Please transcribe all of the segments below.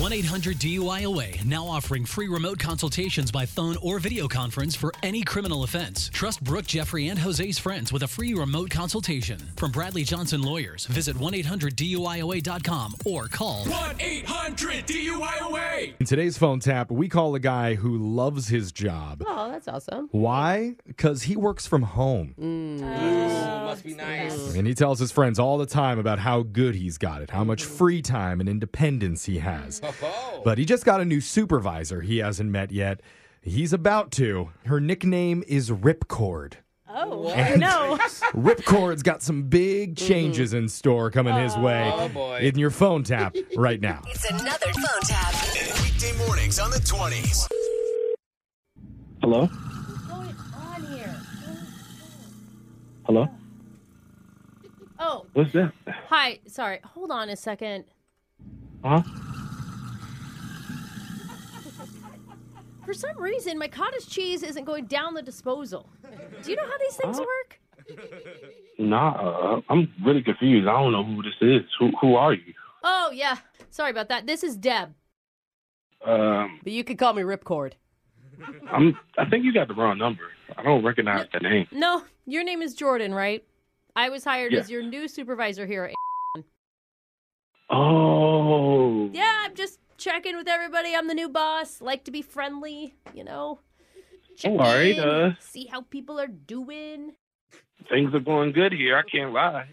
1 800 DUIOA now offering free remote consultations by phone or video conference for any criminal offense. Trust Brooke, Jeffrey, and Jose's friends with a free remote consultation. From Bradley Johnson Lawyers, visit 1 800 DUIOA.com or call 1 800 DUIOA. In today's phone tap, we call a guy who loves his job. Oh, that's awesome. Why? Because he works from home. Mm. must be nice. And he tells his friends all the time about how good he's got it, how much Mm. free time and independence he has. But he just got a new supervisor he hasn't met yet. He's about to. Her nickname is Ripcord. Oh, And- no. Mm-hmm. Ripcord's got some big changes in store coming his way Oh, boy. in your phone tap right now. It's another phone tap. Weekday mornings on the 20s. Hello? Hello? Oh, What's that? hi. Sorry. Hold on a second. Huh? For some reason, my cottage cheese isn't going down the disposal. Do you know how these things work? Nah, uh, I'm really confused. I don't know who this is. Who who are you? Oh, yeah. Sorry about that. This is Deb. Um, But you could call me Ripcord. I'm. I think you got the wrong number. I don't recognize the name. No, your name is Jordan, right? I was hired Yeah. as your new supervisor here. Oh. Yeah, I'm just checking with everybody. I'm the new boss. Like to be friendly, you know. Check All right, in, uh. see how people are doing. Things are going good here. I can't lie.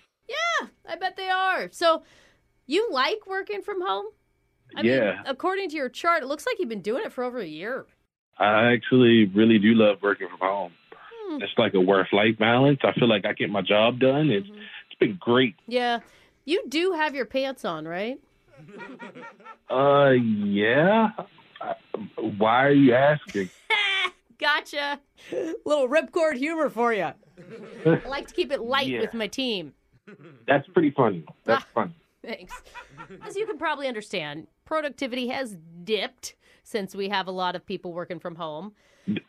I bet they are. So, you like working from home? I mean, Yeah. according to your chart, it looks like you've been doing it for over a year. I actually really do love working from home. Hmm. It's like a work-life balance. I feel like I get my job done. It's it's been great. Yeah. You do have your pants on, right? Uh, yeah. I, why are you asking? Gotcha. Little ripcord humor for you. I like to keep it light Yeah. with my team. That's pretty funny. That's funny. Thanks. As you can probably understand, productivity has dipped since we have a lot of people working from home.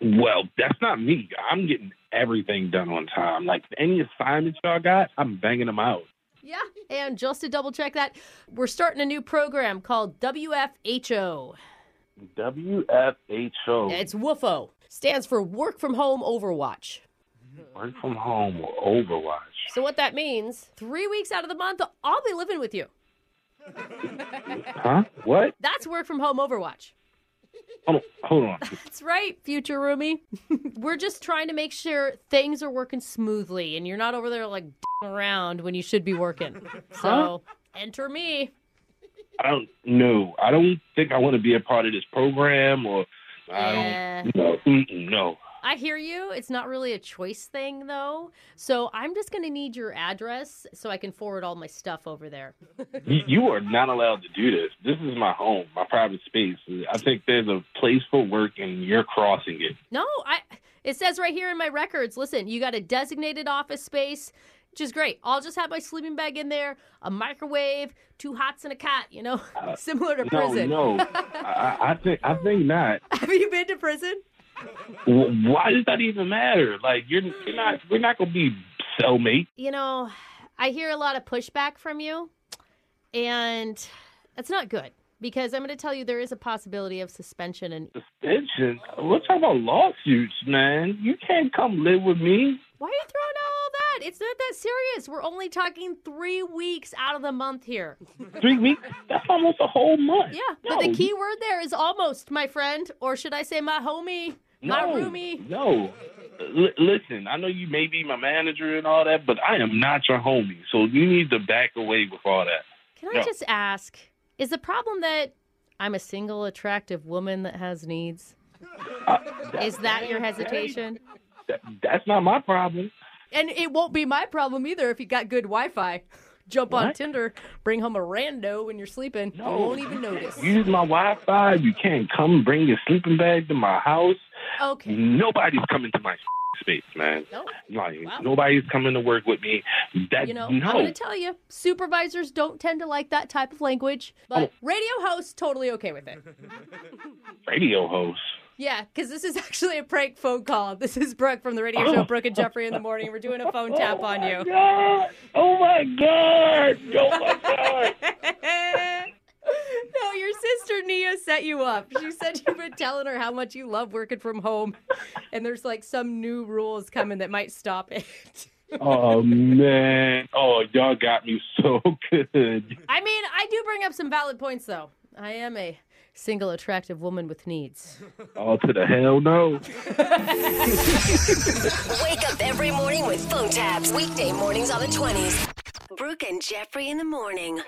Well, that's not me. I'm getting everything done on time. Like any assignments y'all got, I'm banging them out. Yeah. And just to double check that, we're starting a new program called WFHO. WFHO. It's WFO. Stands for Work From Home Overwatch. Work from home or Overwatch. So what that means, three weeks out of the month, I'll be living with you. Huh? What? That's Work From Home Overwatch. Hold on. Hold on. That's right, future roomie. We're just trying to make sure things are working smoothly and you're not over there like d***ing around when you should be working. So enter me. I don't know. I don't think I want to be a part of this program or I Yeah. don't no. Mm-mm, no. I hear you. It's not really a choice thing though. So I'm just gonna need your address so I can forward all my stuff over there. You, you are not allowed to do this. This is my home, my private space. I think there's a place for work and you're crossing it. No, I it says right here in my records, listen, you got a designated office space, which is great. I'll just have my sleeping bag in there, a microwave, two hots and a cot, you know? Similar to Uh, No, prison. no. I, I think I think not. Have you been to prison? Wh- Why does that even matter? Like you're, you're not we're not gonna be cellmate. You know, I hear a lot of pushback from you, and that's not good because I'm going to tell you there is a possibility of suspension. And Suspension. We're talking about lawsuits, man. You can't come live with me. why are you throwing out all that? It's not that serious. We're only talking three weeks out of the month here. Three weeks. That's almost a whole month. Yeah, but the No, key word there is almost, my friend, or should I say my homie, my no, roomie. No. L- listen, I know you may be my manager and all that, but I am not your homie. So you need to back away with all that. Can I No. just ask, is the problem that I'm a single, attractive woman that has needs? Uh, Is that your hesitation? that that's not my problem. And it won't be my problem either if you got good Wi Fi. Jump on What? Tinder, bring home a rando when you're sleeping. No. You won't even notice. Use my Wi-Fi. You can't come bring your sleeping bag to my house. Okay. Nobody's coming to my space, man. No. Like Wow. nobody's coming to work with me. That You know, no. I'm going to tell you, supervisors don't tend to like that type of language, Oh. but radio hosts totally okay with it. radio host. Yeah, because this is actually a prank phone call. This is Brooke from the radio show, Brooke and Jeffrey in the morning. We're doing a phone tap on you. God. Oh my god! Oh my god! no, your sister Neo gonna set you up. She said you've been telling her how much you love working from home, and there's like some new rules coming that might stop it. Oh man! Oh, y'all got me so good. I mean, I do bring up some valid points though. I am a single attractive woman with needs. Oh, to the hell no! Wake up every morning with phone tabs. Weekday mornings on the 20s. Brooke and Jeffrey in the morning.